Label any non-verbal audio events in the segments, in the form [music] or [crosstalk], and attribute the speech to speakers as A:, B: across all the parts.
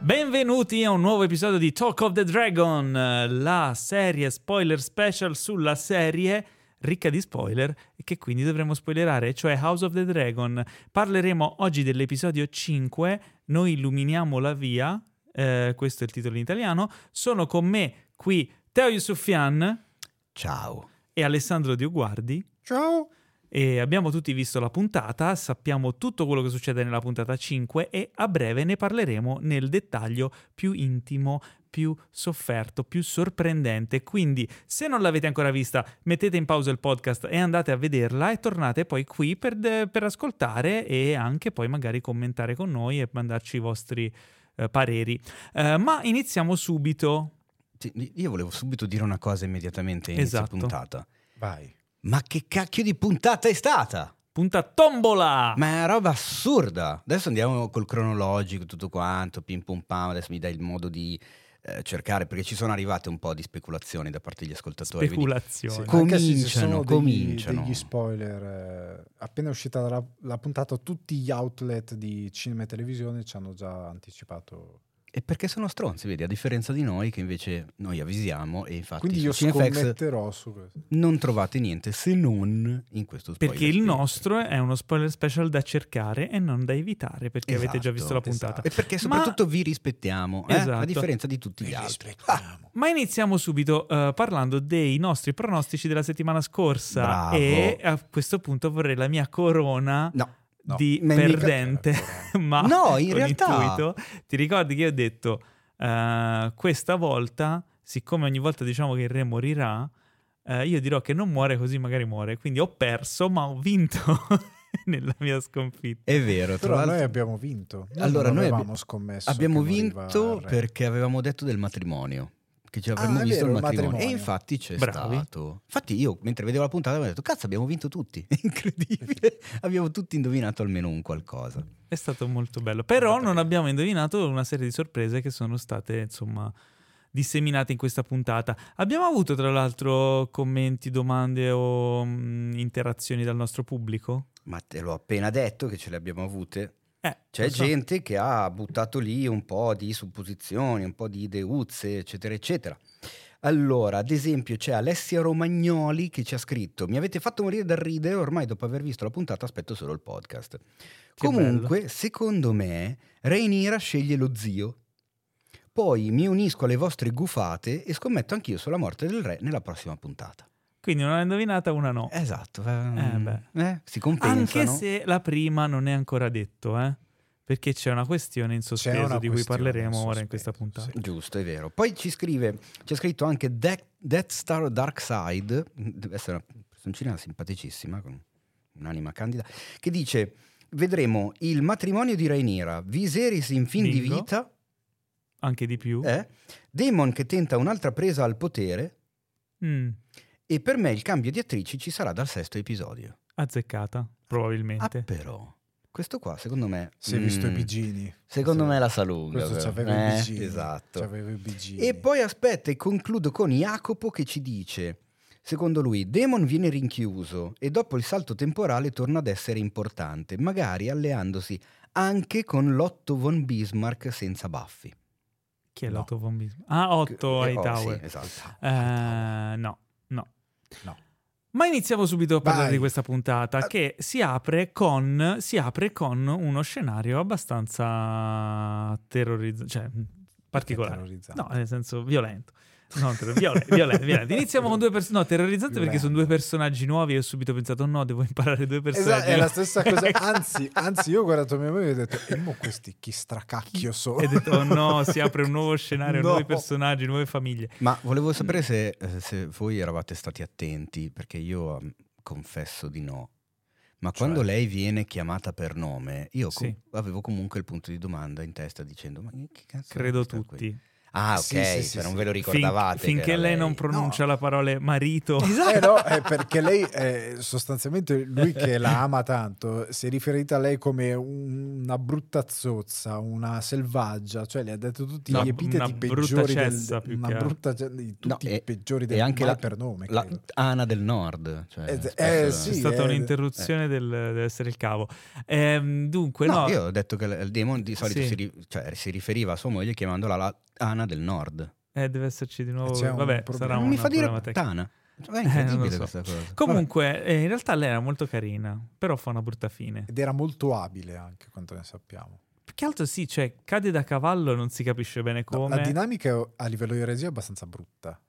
A: Benvenuti a un nuovo episodio di Talk of the Dragon, la serie spoiler special sulla serie ricca di spoiler e che quindi dovremo spoilerare, cioè House of the Dragon. Parleremo oggi dell'episodio 5, Noi illuminiamo la via, eh, questo è il titolo in italiano. Sono con me qui Teo Yusufian
B: Ciao.
A: e Alessandro Dioguardi.
B: Ciao.
A: E abbiamo tutti visto la puntata, sappiamo tutto quello che succede nella puntata 5 e a breve ne parleremo nel dettaglio più intimo, più sofferto, più sorprendente. Quindi, se non l'avete ancora vista, mettete in pausa il podcast e andate a vederla e tornate poi qui per, per ascoltare e anche poi magari commentare con noi e mandarci i vostri eh, pareri. Eh, ma iniziamo subito.
B: Sì, Io volevo subito dire una cosa immediatamente in
A: Esatto.
B: puntata.
C: Vai.
B: Ma che cacchio di puntata è stata?
A: Punta tombola!
B: Ma è una roba assurda. Adesso andiamo col cronologico, tutto quanto, pim pum pam, adesso mi dai il modo di eh, cercare, perché ci sono arrivate un po' di speculazioni da parte degli ascoltatori. quindi-
A: Speculazione.
B: Sì. Cominciano,
C: Anche se ci sono degli,
B: cominciano.
C: degli spoiler. eh, appena è uscita la, la puntata, tutti gli outlet di cinema e televisione ci hanno già anticipato.
B: E perché sono stronzi, vedi, a differenza di noi che invece noi avvisiamo e infatti
C: Quindi
B: su
C: io
B: CineFX
C: scommetterò su questo.
B: non trovate niente se non in questo spoiler.
A: Perché il
B: special.
A: nostro è uno spoiler special da cercare e non da evitare, perché avete già
B: Esatto,
A: visto la
B: esatto.
A: puntata.
B: E perché
A: Ma-
B: soprattutto vi rispettiamo, eh,
A: Esatto.
B: a differenza di tutti gli altri.
C: Ah,
A: Ma iniziamo subito eh, parlando dei nostri pronostici della settimana scorsa.
B: Bravo.
A: E a questo punto vorrei la mia corona
B: No, no.
A: di
B: Ma è mica- [laughs]
A: perdente. [laughs] Ma
B: No, in
A: con
B: realtà-
A: intuito. ti ricordi che io ho detto eh, questa volta, siccome ogni volta diciamo che il re morirà, eh, io dirò che non muore così magari muore. Quindi ho perso, ma ho vinto [laughs] nella mia sconfitta.
B: È vero, tra
C: Però
B: l'altro
C: noi abbiamo vinto. Noi
B: Allora,
C: non
B: noi abbi-
C: avevamo scommesso.
B: abbiamo
C: che moriva
B: vinto
C: il re.
B: perché avevamo detto del matrimonio. Che ci avremmo
C: Ah, è
B: visto
C: vero,
B: il
C: il
B: matrimonio. E
C: matrimonio.
B: infatti c'è
A: Bravi.
B: stato. Infatti, io mentre vedevo la puntata avevo detto: Cazzo, abbiamo vinto tutti. [laughs] È incredibile. abbiamo tutti indovinato almeno un qualcosa.
A: È stato molto bello. Però non abbiamo indovinato una serie di sorprese che sono state, insomma, disseminate in questa puntata. Abbiamo avuto, tra l'altro, commenti, domande o mh, interazioni dal nostro pubblico?
B: Ma te l'ho appena detto che ce le abbiamo avute.
A: Eh,
B: C'è
A: lo so.
B: gente che ha buttato lì un po' di supposizioni, un po' di ideuzze, eccetera, eccetera. Allora, ad esempio, c'è Alessia Romagnoli che ci ha scritto: Mi avete fatto morire dal ridere, ormai dopo aver visto la puntata aspetto solo il podcast. Comunque, secondo me, Reinira sceglie lo zio. Poi mi unisco alle vostre gufate e scommetto anch'io sulla morte del re nella prossima puntata.
A: Quindi una l'ha indovinata, una no.
B: Esatto,
A: beh.
B: eh, si compensano.
A: Anche se la prima non è ancora detto, eh. Perché c'è una questione in sospeso
C: una
A: di cui
C: questione
A: parleremo
C: in
A: ora in questa
C: sospeso,
A: puntata.
C: sì.
B: Giusto, è vero. Poi ci scrive, c'è scritto anche Death, Death Star Dark Side, deve essere una personcina simpaticissima, con un'anima candida, che dice, vedremo il matrimonio di Rhaenyra, Viserys in fin di
A: Bingo.
B: vita,
A: Anche di più.
B: eh, Daemon che tenta un'altra presa al potere,
A: Mm,
B: e per me il cambio di attrici ci sarà dal sesto episodio.
A: azzeccata,
B: Ah
A: probabilmente.
B: però, questo qua secondo me...
C: Si è visto
B: mm,
C: i bigini.
B: Secondo
C: Sì.
B: me la saluta.
C: Questo
B: però.
C: c'aveva
B: Eh,
C: i bigini.
B: Esatto.
C: C'aveva i bigini.
B: E poi aspetta, e concludo con Jacopo che ci dice: Secondo lui, Demon viene rinchiuso e dopo il salto temporale torna ad essere importante, magari alleandosi anche con l'Otto von Bismarck senza baffi.
A: Chi è
C: No.
A: l'Otto von Bismarck? Ah, Otto
B: Eh, oh,
A: Hightower.
B: sì, esatto.
A: Eh, no, no.
C: No.
A: Ma iniziamo subito a parlare
C: Vai. Eh.
A: di questa puntata che si apre con, si apre con uno scenario abbastanza terrorizzante, cioè mh, particolare.
C: Terrorizzato.
A: No, nel senso violento. Non terro- viole- violento, violento. Iniziamo con due persone. No, terrorizzante perché
C: Violento.
A: sono due personaggi nuovi. E ho subito pensato: no, devo imparare due
C: Esatto,
A: personaggi.
C: è la stessa
A: [laughs]
C: cosa. Anzi, anzi, io ho guardato mia moglie e ho detto: E mo questi chi stracacchio sono?
A: E ho detto: oh no, si apre un nuovo scenario,
C: No.
A: nuovi personaggi, nuove famiglie.
B: Ma volevo
A: Mm.
B: sapere se, eh, se voi eravate stati attenti, perché io ehm, confesso di no. Ma
C: Cioè?
B: quando lei viene chiamata per nome, io co-
A: Sì.
B: avevo comunque il punto di domanda in testa dicendo: Ma che cazzo è
A: Credo
B: questa qui?"
A: tutti.
B: Ah, ok,
C: Sì, sì, sì,
B: cioè, non
C: sì.
B: ve lo
A: Fin-
B: ricordavate. che
A: finché
B: era
A: lei, non pronuncia la parola marito.
C: [laughs]
B: Esatto.
C: Eh no, eh, perché lei eh, sostanzialmente lui che la ama tanto si è riferita a lei come un- una brutta zozza, una selvaggia, cioè le ha detto tutti
A: No,
C: gli epiteti
A: una brutta
C: peggiori
A: cessa, più
C: del, una
A: che altro.
C: brutta ce- di tutti
B: No,
C: i
B: e-
C: peggiori
B: e
C: del
B: anche
C: male
B: la-
C: per nome.
B: La
C: credo.
B: Ana del Nord. Cioè,
C: Eh,
B: spesso-
C: eh,
A: C'è
C: sì.
A: stata
C: eh,
A: un'interruzione del, deve essere il cavo. Ehm, dunque,
B: No,
A: no,
B: io ho detto che il il demon di solito
A: Sì.
B: si, ri- cioè, si riferiva a sua moglie chiamandola la Ana del Nord.
A: eh, deve esserci di nuovo.
C: C'è un
A: Vabbè,
C: problema.
A: sarà
C: No,
A: un
B: Non mi fa dire
A: problema tecnico.
B: puttana. Cioè, È
A: Eh, non
B: incredibile
A: lo so.
B: questa cosa.
A: Comunque, eh, in realtà lei era molto carina, però fa una brutta fine.
C: Ed era molto abile anche, quanto ne sappiamo.
A: Più che altro sì, cioè, cade da cavallo, non si capisce bene
C: No,
A: come.
C: la dinamica a livello di regia è abbastanza brutta,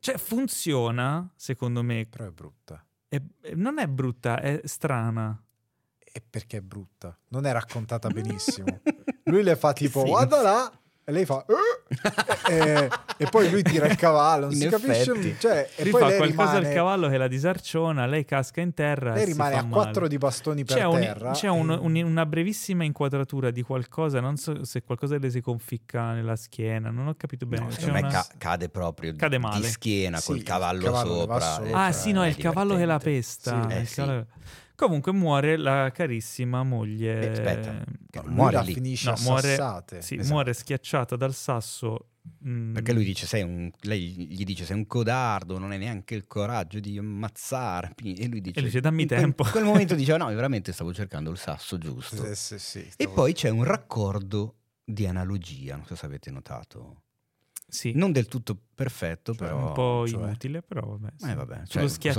A: cioè, funziona, secondo me.
C: però è brutta.
A: È- è- non è brutta, è strana.
C: E perché è brutta? Non è raccontata
B: [laughs]
C: benissimo. Lui le fa tipo,
B: Sì. [laughs]
C: guarda là, e lei fa, "Eh?" e, e poi lui tira il cavallo, non
B: In
C: si
B: effetti.
C: capisce. Cioè, e
A: Lui
C: poi
A: fa
C: lei
A: qualcosa al
C: rimane,
A: cavallo che la disarciona, lei casca in terra.
C: lei
A: e si
C: rimane
A: fa
C: a
A: male.
C: quattro di bastoni per
A: C'è, un-
C: terra.
A: c'è un- un- una brevissima inquadratura di qualcosa, non so se qualcosa le si conficca nella schiena, non ho capito bene.
C: No,
A: C'è
B: Secondo me
A: una-
B: ca- cade proprio
A: Cade male.
B: di schiena
C: Sì,
B: col
C: il
B: cavallo,
C: cavallo che va
B: sopra. ecco,
C: sopra.
A: Ah sì, no, è il cavallo che la
B: divertente.
A: pesta.
C: Sì.
A: è
B: Eh,
A: il
B: sì.
A: cavallo- Comunque muore la carissima moglie.
B: Eh, aspetta, che
C: Lui
B: muore
C: la
B: lì.
C: finisce
A: No,
C: a
A: muore-
C: sassate.
A: Sì,
B: Esatto.
A: muore schiacciata dal sasso. mm,
B: Perché lui dice, sei un, lei gli dice sei un codardo, non hai neanche il coraggio di ammazzarmi. E lui dice,
A: E dice, "Dammi
B: in quel-
A: tempo."
B: In quel momento dice, "Ah,
A: [laughs]
B: no, veramente stavo cercando il sasso giusto.
C: Sì, sì, sì,
B: E
C: stavo-
B: poi c'è un raccordo di analogia, non so se avete notato.
A: Sì,
B: Non del tutto perfetto, però...
A: un po'
C: cioè-
A: inutile, però vabbè. sì.
B: Eh, vabbè,
A: Sullo
B: cioè, insomma, lui che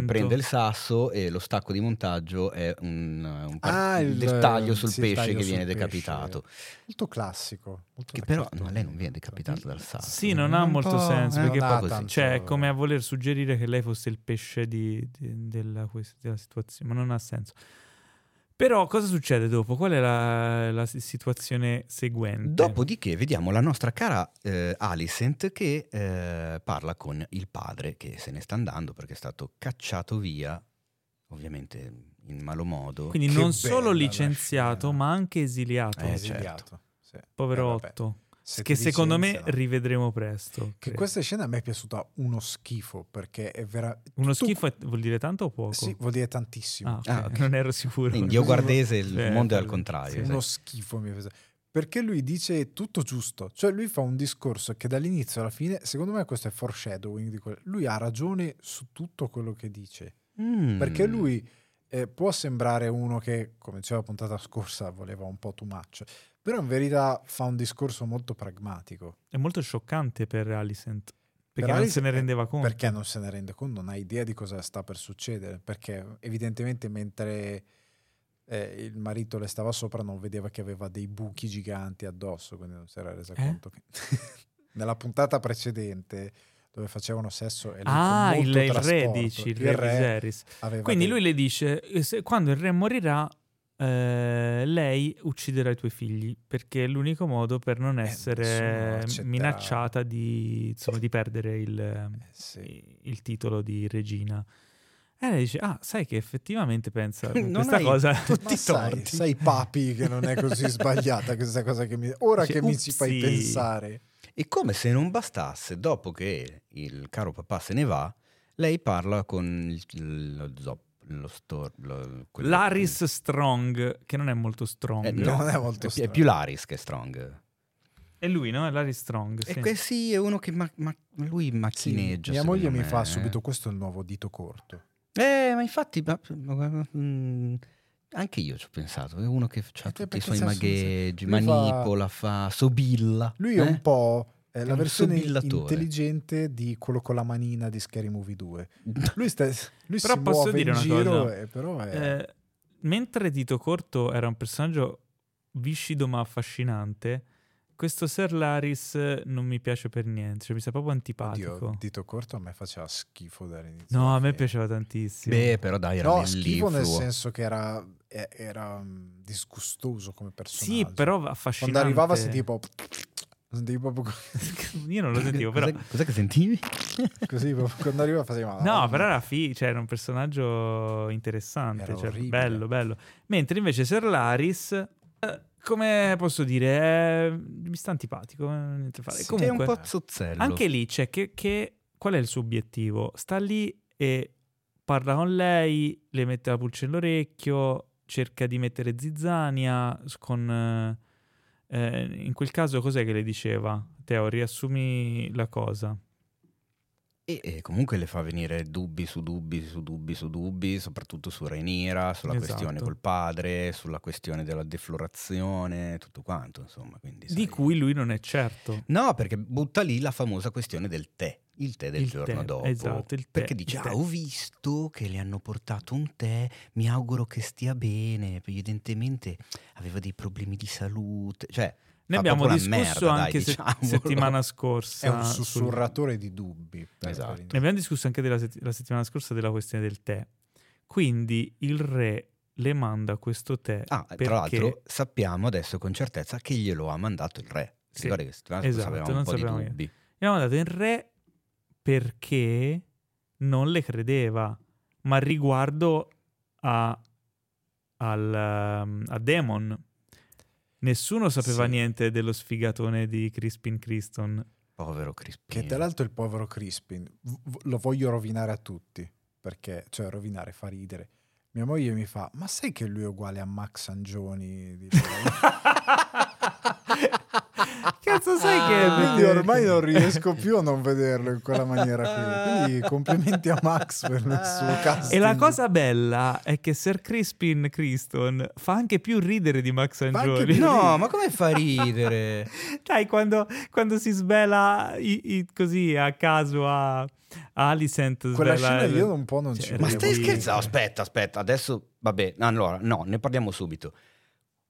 A: schiacciamento.
B: prende il sasso e lo stacco di montaggio è un, un par-
C: Ah,
B: il,
C: il-
B: taglio sul
C: sì, il
B: pesce
C: taglio
B: che
C: sul
B: viene
C: pesce. certo.
B: decapitato.
C: Molto classico. molto
B: Che
C: da
B: però
C: cartone.
B: no, lei non viene decapitata dal sasso.
A: Sì, non ha
B: Un
A: molto
B: po',
A: senso,
B: eh,
A: perché
B: un
C: poi-
B: po' così.
A: Cioè, è
C: Vabbè.
A: come a voler suggerire che lei fosse il pesce di- di- della, quest- della situazione, ma non ha senso. Però cosa succede dopo? Qual è la, la si- situazione seguente?
B: Dopodiché vediamo la nostra cara eh, Alicent che eh, parla con il padre che se ne sta andando perché è stato cacciato via, ovviamente in malo modo.
A: Quindi
C: Che
A: non solo
C: bella la
A: licenziato,
C: scena.
A: ma anche esiliato.
B: Eh,
C: Esiliato, sì. Eh,
A: Povero
C: vabbè.
A: Otto,
C: Se
A: che
C: ti
A: secondo me
C: licenziano.
A: rivedremo presto.
C: Che
A: credo.
C: questa scena a me è piaciuta uno schifo perché è vera...
A: Uno
C: tutto-
A: schifo è- vuol dire tanto o poco?
C: Sì, vuol dire tantissimo.
A: Ah, ok,
B: Ah, ok.
A: non ero sicuro.
B: In dioguardese il
A: Eh,
B: mondo è al
A: sì.
B: contrario.
C: uno schifo mi è piaciuto. Perché lui dice tutto giusto, cioè lui fa un discorso che dall'inizio alla fine, secondo me questo è foreshadowing, di quel- lui ha ragione su tutto quello che dice,
B: Mm.
C: perché lui eh, può sembrare uno che, come diceva la puntata scorsa, voleva un po' too much, però in verità fa un discorso molto pragmatico.
A: È molto scioccante per Alicent, perché
C: Per
A: non
C: Alice-
A: se ne rendeva conto.
C: Perché non se ne rende conto, non ha idea di cosa sta per succedere, perché evidentemente mentre eh, il marito le stava sopra non vedeva che aveva dei buchi giganti addosso, quindi non si era resa
A: Eh?
C: conto che nella puntata precedente dove facevano sesso e lei con
A: Ah, il,
C: molto
A: il re
C: trasporto,
A: dici, il re, Viserys.
C: aveva
A: Quindi
C: dei-
A: lui le dice, eh, se- quando il re morirà, eh, lei ucciderà i tuoi figli, perché è l'unico modo per non
C: Eh, nessuno lo
A: essere
C: accetterà.
A: minacciata di, insomma, di perdere il,
C: Eh, sì.
A: il titolo di regina. E lei dice, ah, sai che effettivamente
C: [laughs]
A: pensa
B: Non
A: questa
B: hai
A: cosa...
C: Ma
B: tutti i
C: sai,
B: torti.
C: sai papi che non è
A: [laughs]
C: così sbagliata questa cosa che mi... Ora
A: Dice,
C: che mi ci fai
A: "Upsi".
C: pensare.
B: E come se non bastasse, dopo che il caro papà se ne va, lei parla con il- lo zop, lo stor... lo- quello-
A: Laris Strong, che non è molto strong.
B: Eh, no,
C: Non è molto
B: è, pi- è
C: strano.
B: più Laris che Strong.
A: È lui, no? È Laris Strong, sì.
B: E que- sì, è uno che ma- ma- lui
C: Sì,
B: macchineggia.
C: mia
B: secondo
C: moglie mi
B: me,
C: fa
B: eh.
C: subito questo è il nuovo dito corto.
B: Eh, ma infatti, ma- ma- mm, anche io ci ho pensato. È uno che ha
C: Eh,
B: tutti i
C: perché
B: suoi
C: sa-
B: magheggi,
C: lui fa-
B: manipola, fa... sobilla.
C: Lui
B: eh?
C: è un po' eh,
B: È
C: la
B: un
C: versione
B: sobillatore.
C: intelligente di quello con la manina di Scary
B: [laughs]
C: Movie 2. Lui, sta, lui
A: Però
C: si
A: posso
C: muove
A: dire
C: in
A: una
C: giro,
A: cosa.
C: eh, però è...
A: Eh, mentre Tito Corto era un personaggio viscido ma affascinante, questo Sir Laris eh, non mi piace per niente, cioè mi sta proprio
C: Oddio,
A: antipatico.
C: dito corto a me faceva schifo dall'inizio.
A: no,
C: alla
A: a me
C: fine.
A: piaceva tantissimo.
B: Beh, però dai, era
C: No, schifo nel
B: nell'influo.
C: senso che era, eh, era, mm, disgustoso come personaggio.
A: sì, però
C: Quando
A: affascinante.
C: arrivava si tipo... sentivi proprio co-
A: [laughs]
C: [laughs]
A: Io non lo sentivo, però...
B: Cos'è, cos'è che sentivi?
C: così, proprio quando arriva faceva...
A: No, però era fi- cioè era un personaggio interessante,
C: Era
A: cioè,
C: orribile.
A: bello, bello. Mentre invece Sir Laris... eh, come posso dire, è- mi sta antipatico, eh, niente da fare.
B: Sì,
A: Comunque,
B: è un po' zozzello.
A: anche lì c'è che, che- qual è il suo obiettivo? Sta lì e parla con lei, le mette la pulce nell'orecchio, cerca di mettere zizzania s- con... eh, eh, in quel caso cos'è che le diceva? Teo, riassumi la cosa.
B: E, e comunque le fa venire dubbi su dubbi su dubbi su dubbi, soprattutto su Rhaenyra, sulla
A: Esatto.
B: questione col padre, sulla questione della deflorazione, tutto quanto, insomma. Quindi, sai.
A: Di cui lui non è certo.
B: No, perché butta lì la famosa questione del tè, il tè del
A: Il
B: giorno
A: tè,
B: dopo.
A: esatto, il tè,
B: perché
A: il
B: dice,
A: tè."
B: ah, ho visto che le hanno portato un tè, mi auguro che stia bene, evidentemente aveva dei problemi di salute, cioè...
A: Ne
B: Fa
A: abbiamo
B: proprio
A: discusso
B: una merda, dai,
A: anche se-
B: diciamolo.
A: settimana
C: È
A: scorsa.
C: un
A: sul-
C: sussurratore di dubbi. per-
B: Esatto.
A: Ne abbiamo discusso anche della sett- la settimana scorsa della questione del tè. Quindi il re le manda questo tè.
B: Ah,
A: perché-
B: tra l'altro sappiamo adesso con certezza che glielo ha mandato il re. Ti
A: Sì,
B: ricordi che settimana scorsa
A: esatto,
B: avevamo
A: non
B: un po' di
A: sapevamo che-
B: dubbi.
A: Le ha mandato il re perché non le credeva, ma riguardo a, al, um, a Demon. Nessuno sapeva
C: Sì.
A: niente dello sfigatone di Crispin
C: [laughs]
A: Criston.
B: Povero Crispino.
C: Che tra
B: [laughs]
C: l'altro il povero Crispin v- v- lo voglio rovinare a tutti, perché, cioè, rovinare fa ridere. Mia moglie mi fa, ma sai che lui è uguale a Max
B: [laughs]
C: Angioni? di
A: Cazzo, sai che-
B: Ah,
C: Quindi Ah, ormai non riesco più a non vederlo in quella maniera qui. Quindi
B: [laughs]
C: complimenti a Max per il
B: Ah.
C: suo casting.
A: E la cosa bella è che Sir Crispin Criston fa anche più ridere di Max
C: anche
A: Angioli. [laughs]
C: più
B: No, ma come fa a ridere?
A: Dai, quando, quando si svela i- i- così a caso a, a Alicent.
C: Quella
A: svela
C: scena
A: il-
C: io un po' non
A: Cioè,
C: ci
B: ma
A: Ridere
B: stai
A: voi.
B: scherzando? Aspetta, aspetta, adesso vabbè, allora no, ne parliamo subito.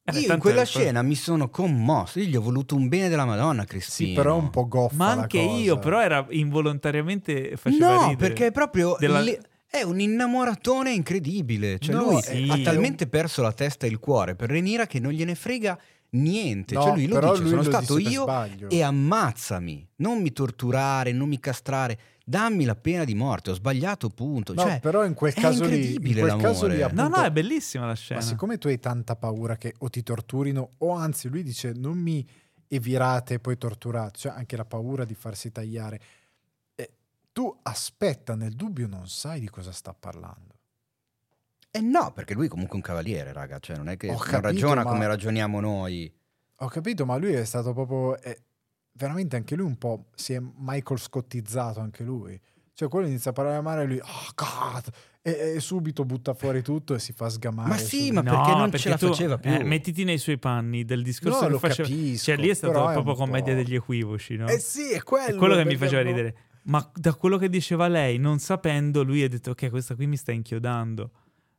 A: Eh, beh,
B: Io in
A: tanto
B: quella
A: è-
B: scena mi sono commosso, io gli ho voluto un bene della Madonna, Crispino.
C: Sì, però è un po' goffa
A: Ma
C: la
A: anche io,
C: cosa.
A: però era involontariamente faceva
B: No,
A: ridere.
B: perché è proprio
A: Della-
B: le- è un innamoratone incredibile, cioè
C: No,
B: lui
A: sì.
B: ha talmente perso la testa e il cuore per Renira che non gliene frega niente,
C: No,
B: cioè lui lo
C: però
B: dice,
C: lui
B: sono
C: lo
B: stato
C: disse per
B: io
C: sbaglio.
B: e ammazzami, non mi torturare, non mi castrare, dammi la pena di morte, ho sbagliato punto,
C: No,
B: cioè
C: però in quel
B: è
C: caso lì, in
B: incredibile
C: quel caso lì
B: l'amore.
A: No, no,
C: appunto-
A: è bellissima la scena.
C: Ma siccome tu hai tanta paura che o ti torturino o anzi lui dice non mi evirate e poi torturate, cioè anche la paura di farsi tagliare, Eh, tu aspetta nel dubbio non sai di cosa sta parlando.
B: Eh no, perché lui è comunque un cavaliere, raga, cioè non è che
C: Ho
B: non
C: capito,
B: ragiona
C: ma-
B: come ragioniamo noi.
C: Ho capito, ma lui è stato proprio... è- veramente anche lui un po' si è Michael scottizzato anche lui. Cioè quello inizia a parlare male e lui... "Oh, God!" E, e subito butta fuori tutto e si fa sgamare.
B: Ma sì, ma
C: subito.
A: No,
B: perché non
A: perché
B: ce la
A: tu-
B: faceva più?
A: eh, mettiti nei suoi panni del discorso
C: No,
A: che
C: lo
A: faceva.
C: capisco,
A: cioè, lì è stata
C: però è
A: proprio
C: un
A: commedia
C: po'.
A: degli equivoci, no?
C: Eh sì, è quello.
A: È quello che mi
C: perché
A: faceva
C: no-
A: ridere. Ma da quello che diceva lei, non sapendo, lui ha detto: Ok, questa qui mi sta inchiodando.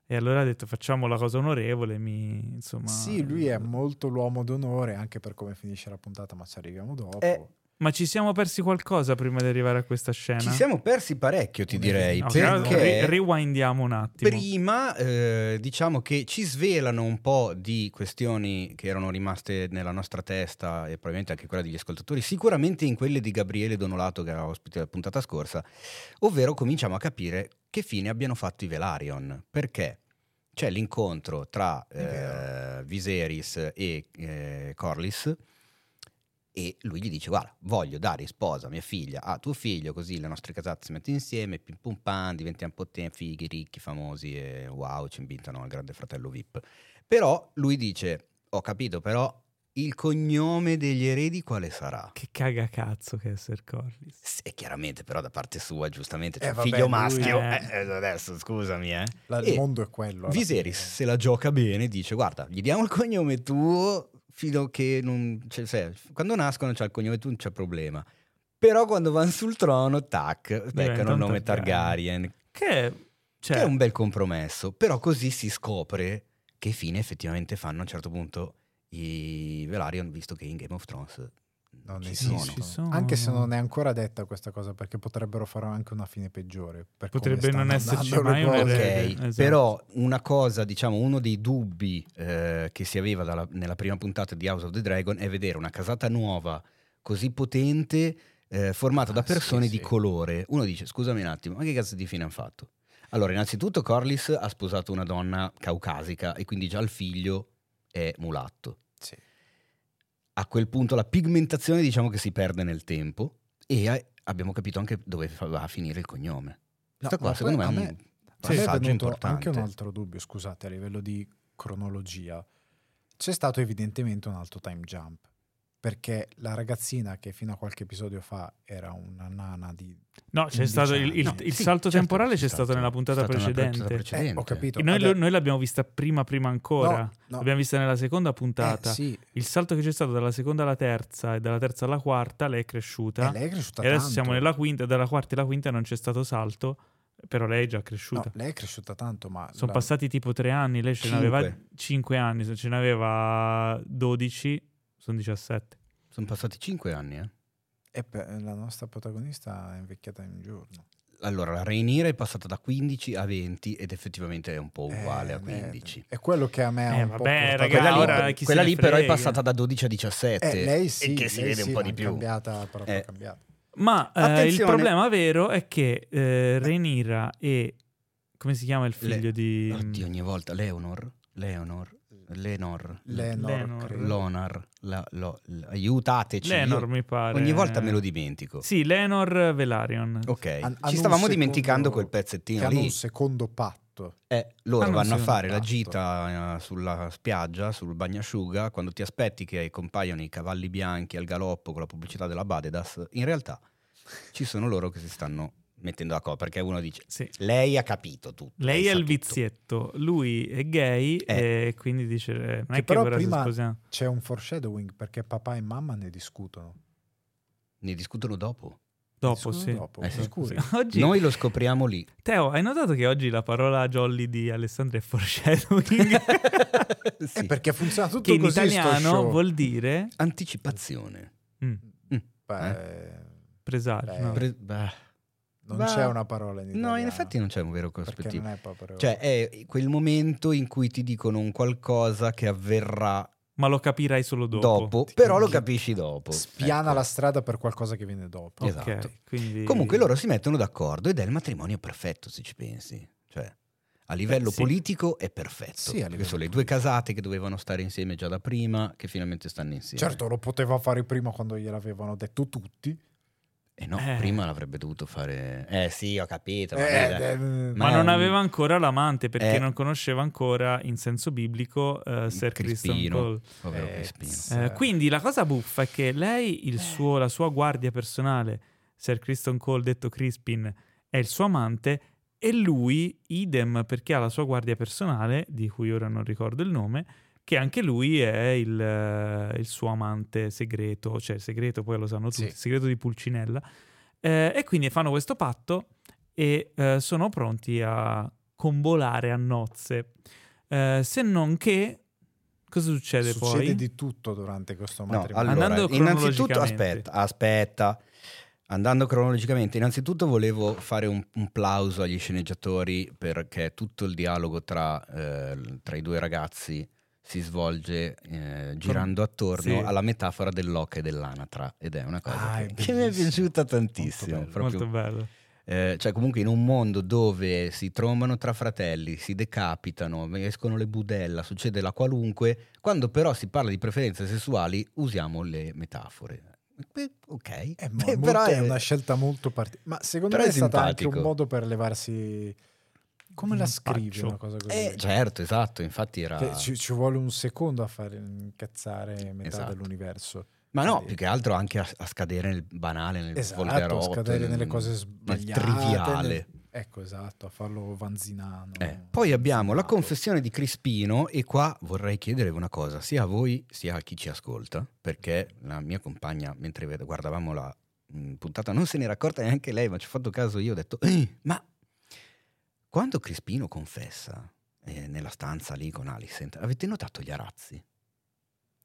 A: E allora ha detto: Facciamo la cosa onorevole. Mi, insomma, eh,
C: Sì, lui è molto l'uomo d'onore anche per come finisce la puntata, ma ci arriviamo dopo.
B: Eh,
A: Ma ci siamo persi qualcosa prima di arrivare a questa
C: Eh,
A: scena?
B: Ci siamo persi parecchio, ti
C: Ok,
B: direi,
A: No, però
B: perché
A: ri- rewindiamo un attimo.
B: Prima eh, diciamo che ci svelano un po' di questioni che erano rimaste nella nostra testa e probabilmente anche quella degli ascoltatori, sicuramente in quelle di Gabriele Donolato che era ospite la puntata scorsa, ovvero cominciamo a capire che fine abbiano fatto i Velarion, perché c'è l'incontro tra
C: È vero.
B: eh, Viserys e eh, Corlys e lui gli dice guarda voglio dare in sposa mia figlia a tuo figlio così le nostre casate si mettono insieme pim pum pam diventiamo potenti fighi ricchi famosi e wow ci invitano al grande fratello VIP però lui dice ho capito però il cognome degli eredi quale sarà?
A: Che cagacazzo che è Sir Corlys.
B: S- E chiaramente però da parte sua giustamente
C: Eh,
B: cioè,
C: vabbè,
B: figlio
C: lui-
B: maschio
A: Eh.
B: eh, eh, adesso scusami eh
C: La-
B: E-
C: il mondo è quello. alla
B: Viserys
C: fine.
B: se la gioca bene dice guarda gli diamo il cognome tuo fino che non cioè, sai, quando nascono c'è il cognome tuo non c'è problema però quando vanno sul trono tac beccano il
A: un
B: nome
A: Targaryen.
B: Targaryen
A: Che, cioè,
B: che è un bel compromesso però così si scopre che fine effettivamente fanno a un certo punto i Velaryon visto che in Game of Thrones
C: Non
B: ci
A: sì,
B: sono
A: ci sono.
C: Anche se non è ancora detta questa cosa, perché potrebbero fare anche una fine peggiore. per come
A: Potrebbe non
C: stanno
A: esserci
C: andando
A: mai
C: le
A: un
C: cose.
B: Ok,
A: erede. Esatto.
B: Eh, però una cosa, diciamo, uno dei dubbi eh, che si aveva dalla- nella prima puntata di House of the Dragon è vedere una casata nuova così potente eh, formata da
C: Ah, sì,
B: persone di
C: sì.
B: colore. Uno dice, scusami un attimo, ma che cazzo di fine hanno fatto? Allora, innanzitutto Corlys ha sposato una donna caucasica e quindi già il figlio è mulatto.
C: Sì.
B: A quel punto la pigmentazione diciamo che si perde nel tempo e eh, abbiamo capito anche dove fa- va a finire il cognome. Questa
C: No,
B: qua
C: ma
B: secondo me
C: poi
B: è
C: a
B: un
C: me- A me è
B: passaggio
C: venuto
B: importante.
C: anche un altro dubbio, scusate, a livello di cronologia. C'è stato evidentemente un alto time jump, perché la ragazzina che fino a qualche episodio fa era una nana di...
A: No, c'è
C: 11
A: stato il,
C: anni.
A: il-
C: No,
A: il
B: sì,
A: salto
B: certo,
A: temporale
B: c'è
A: c'è stato,
B: stato-
A: nella puntata
B: c'è stata nella
A: precedente.
B: puntata precedente.
C: Eh, ho capito.
A: E noi, lo-
C: Adesso-
A: noi l'abbiamo vista prima, prima ancora.
C: No, no.
A: L'abbiamo vista nella seconda
C: Eh,
A: puntata.
C: sì,
A: Il salto che c'è stato dalla seconda alla terza e dalla terza alla quarta, lei è cresciuta.
C: eh, lei è cresciuta
A: e adesso
C: tanto.
A: siamo nella quinta, dalla quarta alla quinta non c'è stato salto, però lei è già
C: No,
A: cresciuta.
C: lei è cresciuta tanto, ma...
A: Sono
C: la-
A: passati tipo tre anni, lei ce n'aveva
B: Cinque.
A: 5 anni, se ce n'aveva 12, sono 17.
B: Sono passati cinque anni. eh.
C: e per- la nostra protagonista è invecchiata in un giorno.
B: Allora, la Rhaenyra è passata da 15 a 20 ed effettivamente è un po' uguale
C: Eh,
B: a 15.
C: eh, È quello che a me ha
A: Eh,
C: un po'
A: vabbè,
C: portato-
A: raga,
B: quella lì,
A: ora eh, chi se
B: quella
A: ne
B: lì però è
A: frega.
B: passata da 12 a 17
C: Eh, lei sì,
B: e che si
C: lei
B: vede
C: sì,
B: un po' di
C: l'han
B: più.
C: Cambiata, proprio
B: Eh.
C: cambiata.
A: Ma eh, il
B: Attenzione.
A: problema vero è che eh, Renira e... come si chiama il
B: Le-
A: figlio di... mm,
B: Oddio, ogni volta Leonor, Leonor, Lenor,
C: Lenor,
A: Lenor.
C: credo.
B: Lonar, la- lo- l- aiutateci.
A: Lenor,
B: io-
A: mi pare.
B: ogni volta me lo dimentico.
A: Sì, Lenor Velarion.
B: Ok,
C: An- hanno
B: ci
C: un
B: stavamo
C: secondo-
B: dimenticando quel
C: Che
B: pezzettino
C: hanno un
B: lì.
C: secondo patto.
B: Eh, loro
A: hanno un
B: vanno a
A: secondo
B: fare la
C: patto.
B: gita eh, sulla spiaggia, sul bagnasciuga, quando ti aspetti che compaiano i cavalli bianchi al galoppo con la pubblicità della Badedas, in realtà ci sono loro che si stanno mettendo d'accordo, perché uno dice
A: Sì.
B: Lei ha capito tutto.
A: Lei è
B: Eh, sa
A: il
B: tutto.
A: vizietto, lui è gay e quindi dice eh, non è
C: Che
A: che,
C: però
A: ora
C: prima-
A: si sposiamo.
C: C'è un foreshadowing perché papà e mamma ne discutono.
B: Ne discutono dopo.
A: Dopo,
C: Discutono
A: sì.
C: dopo,
B: Eh, sì.
C: sicuri?
A: Sì. [laughs] Oggi,
B: Noi lo scopriamo lì.
A: Teo, hai notato che oggi la parola jolly di Alessandro è foreshadowing?
B: Sì.
C: Eh, perché [laughs] funziona tutto
A: che in
C: così sto
A: italiano
C: show.
A: vuol dire
B: Anticipazione.
A: Mm,
C: Beh,
A: presagio.
C: Eh,
A: no.
B: Pre- beh,
C: non
B: Ma-
C: c'è una parola in italiano.
B: No, in effetti non c'è un vero
C: perché
B: prospettivo.
C: non è proprio...
B: Cioè, è quel momento in cui ti dicono un qualcosa che avverrà
A: Ma lo capirai solo dopo.
B: dopo,
C: Ti-
B: però lo
C: ti-
B: capisci dopo.
C: spiana
B: Ecco.
C: la strada per qualcosa che viene dopo.
A: Ok,
B: esatto.
A: quindi-
B: Comunque loro si mettono d'accordo ed è il matrimonio perfetto, se ci pensi. Cioè, a livello
A: Eh, sì.
B: politico è perfetto.
C: Sì, a
B: perché
C: livello
B: sono le due casate che dovevano stare insieme già da prima, che finalmente stanno insieme.
C: Certo, lo poteva fare prima quando gliel'avevano detto tutti.
B: E no,
A: Eh.
B: prima l'avrebbe dovuto fare. Eh sì, ho capito.
C: Eh,
B: vabbè, dai.
C: eh,
A: Ma
B: Ma è
A: non
B: un-
A: aveva ancora l'amante perché
B: Eh.
A: non conosceva ancora in senso biblico eh, Sir Christian
B: Crispino.
A: Cole.
B: Povero
C: Eh,
B: Crispino.
C: sì. Eh.
A: Eh, quindi la cosa buffa è che lei, il suo- la sua guardia personale, Sir Kristen Cole, detto Crispin, è il suo amante e lui, idem, perché ha la sua guardia personale, di cui ora non ricordo il nome, che anche lui è il, eh, il suo amante segreto, cioè il segreto, poi lo sanno tutti,
C: Sì.
A: il segreto di Pulcinella. Eh, e quindi fanno questo patto e eh, sono pronti a convolare a nozze. Eh, se non che, cosa succede,
C: Succede
A: poi?
C: di tutto durante questo
B: No,
C: matrimonio.
B: allora,
A: Andando
B: innanzitutto,
A: cronologicamente.
B: aspetta, aspetta. Andando cronologicamente, innanzitutto volevo fare un, un plauso agli sceneggiatori perché tutto il dialogo tra, eh, l- tra i due ragazzi si svolge eh, girando attorno
A: sì.
B: alla metafora dell'oca e dell'anatra ed è una cosa
C: Ah,
B: che,
C: è
B: che mi è
C: bellissimo.
B: piaciuta tantissimo.
C: bello.
B: proprio
A: Molto bello.
B: Eh, cioè, comunque, in un mondo dove si trombano tra fratelli, si decapitano, escono le budella, succede la qualunque, quando però si parla di preferenze sessuali, usiamo le metafore. Beh, ok, [laughs]
C: Eh, ma
B: Beh,
C: molto-
B: però
C: è una scelta molto particolare. Ma secondo me
B: però
C: è,
B: è
C: stato anche un
B: simpatico.
C: modo per levarsi. Come la scrivi
A: Impaccio.
C: una cosa così?
B: eh, certo, esatto. Infatti era.
C: Che Cioè, ci, ci vuole un secondo a far incazzare metà
B: Esatto.
C: dell'universo.
B: Ma no,
C: Quindi-
B: più che altro anche a, a scadere nel banale, nel
C: eh. Esatto,
B: volgarotto,
C: scadere
B: nel-
C: nelle cose
B: nel
C: sbagliate.
B: triviale.
C: nel- Ecco, esatto, a farlo vanzinano.
B: Eh, Poi abbiamo la
C: vanzinato.
B: confessione di Crispino e qua vorrei chiedere una cosa sia a voi sia a chi ci ascolta, perché la mia compagna mentre ved- guardavamo la mh, puntata non se n'era accorta neanche lei, ma ci ho fatto caso io, ho detto, "Eh, ma quando Crispino confessa eh, nella stanza lì con Alicent, avete notato gli arazzi?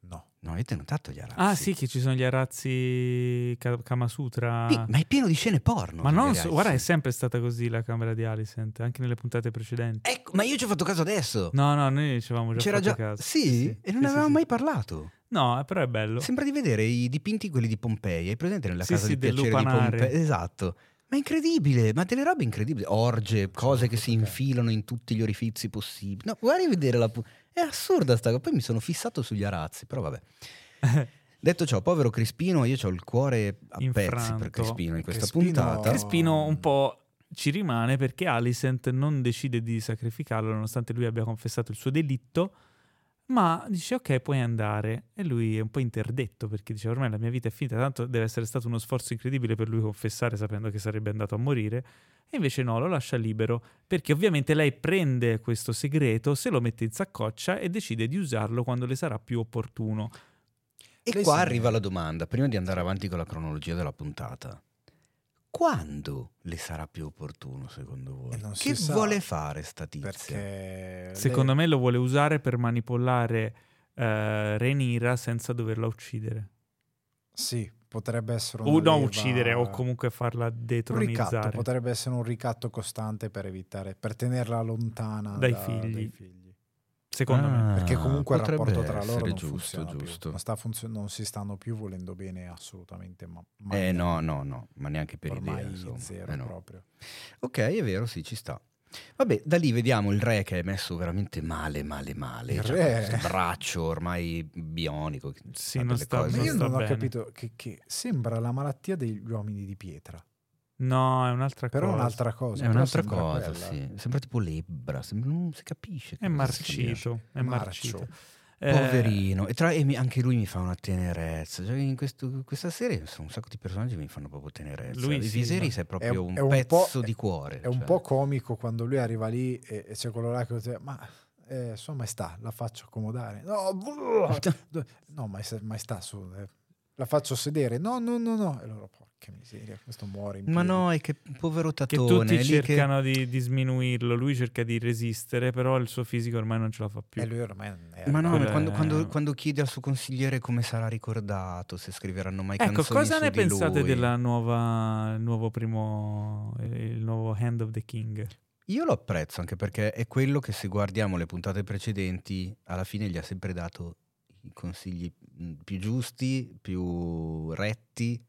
C: No,
B: No, avete notato gli arazzi?
A: Ah sì, che ci sono gli arazzi Ka- Kamasutra.
B: Pi- ma è pieno di scene porno.
A: Ah. Ma
B: gli
A: non
B: arazzi.
A: so, guarda, è sempre stata così la camera di Alicent, anche nelle puntate precedenti.
B: Ecco, ma io ci ho fatto caso adesso.
A: No, no, noi ci avevamo già
B: C'era
A: fatto
B: già...
A: caso.
B: Sì, e
A: Sì,
B: non ne
A: sì,
B: avevamo
A: sì.
B: mai parlato.
A: No, eh, però è bello.
B: Sembra di vedere i dipinti quelli di Pompei, hai presente nella
A: Sì,
B: casa
A: sì,
B: di
A: del
B: piacere di
A: lupanare.
B: Pompei? Esatto. Ma è incredibile, ma delle robe incredibili. Orge, cose che si
C: Ok.
B: infilano in tutti gli orifizi possibili. No, guardi a vedere la... pu- È assurda sta cosa. Poi mi sono fissato sugli arazzi, però
A: [laughs]
B: vabbè. Detto ciò, povero Crispino, io ho il cuore a pezzi
A: Infranto.
B: per Crispino in questa
C: Crispino-
B: puntata.
A: Crespino un po' ci rimane perché Alicent non decide di sacrificarlo nonostante lui abbia confessato il suo delitto, ma dice ok puoi andare e lui è un po' interdetto perché dice ormai la mia vita è finita, tanto deve essere stato uno sforzo incredibile per lui confessare sapendo che sarebbe andato a morire e invece no, lo lascia libero perché ovviamente lei prende questo segreto, se lo mette in saccoccia e decide di usarlo quando le sarà più opportuno.
B: E
C: Lei
B: qua
C: si-
B: arriva la domanda, prima di andare avanti con la cronologia della puntata. Quando le sarà più opportuno, secondo voi?
C: E non si
B: Che
C: sa,
B: vuole fare sta tizia?
C: Perché
A: Secondo
C: lei-
A: me lo vuole usare per manipolare eh, Renira senza doverla uccidere.
C: sì, potrebbe essere
A: O
C: una
A: no,
C: leva-
A: uccidere o comunque farla
C: un ricatto,
A: detronizzare.
C: potrebbe essere un ricatto costante per evitare, per tenerla lontana
A: Dai
C: da-
A: figli.
C: dai figli.
A: Secondo me.
B: Ah,
C: Perché comunque il
B: potrebbe
C: rapporto tra loro
B: essere
C: non
B: giusto,
C: funziona più.
B: giusto.
C: Non, sta funzio- non si stanno più volendo bene assolutamente. Ma, ma
B: Eh
C: neanche-
B: no, no, no, ma neanche per
C: ormai
B: idea, insomma.
C: zero
B: Eh, no.
C: proprio.
B: Ok, è vero, sì, ci sta. Vabbè, da lì vediamo il re che è messo veramente male, male, male.
C: Il
B: C'ha
C: re?
B: questo braccio ormai bionico. che
A: Sì,
B: fa
A: non
B: delle
A: sta
B: cose-
C: Ma io
A: sta
C: non ho
A: bene.
C: capito che, che sembra la malattia degli uomini di pietra,
A: No, è un'altra
C: però è
A: cosa.
C: un'altra cosa.
B: È
C: però
B: un'altra
C: sembra
B: cosa,
C: quella.
B: sì. Sembra tipo lebbra, sembra- non si capisce.
A: È
B: cosa sia.
A: marcito. È
C: Marcio.
A: marcito. Eh,
B: Poverino, e, tra, e mi- anche lui mi fa una tenerezza. Cioè, in questo- questa serie sono un sacco di personaggi che mi fanno proprio tenerezza.
A: Lui
B: Lui,
A: sì,
B: Viserys
A: ma-
B: è proprio
C: è un-
B: un,
C: è un
B: pezzo
C: po'-
B: di cuore.
C: È un
B: cioè.
C: po' comico quando lui arriva lì e, e c'è quello là che dice, ma eh, sua maestà, la faccio accomodare. No, buh, [laughs] do- no maes- maestà, su, eh, la faccio sedere. No, no, no, no. E loro, porca miseria, questo muore in
B: Ma
C: piedi."
B: no, è che povero
A: che
B: Tatone.
A: tutti
B: è lì
A: cercano di, di sminuirlo, lui cerca di resistere, però il suo fisico ormai non ce la fa più.
C: E lui ormai non è
B: Ma no,
A: Quello
B: ma quando,
A: è-
B: quando- quando chiede al suo consigliere come sarà ricordato, se scriveranno mai
A: Ecco,
B: canzoni
A: cosa
B: su
A: ne
B: di
A: pensate
B: lui.
A: della nuova, il nuovo primo, eh, il nuovo Hand of the King?
B: Io lo apprezzo anche perché è quello che se guardiamo le puntate precedenti, alla fine gli ha sempre dato i consigli mh, più giusti, più retti.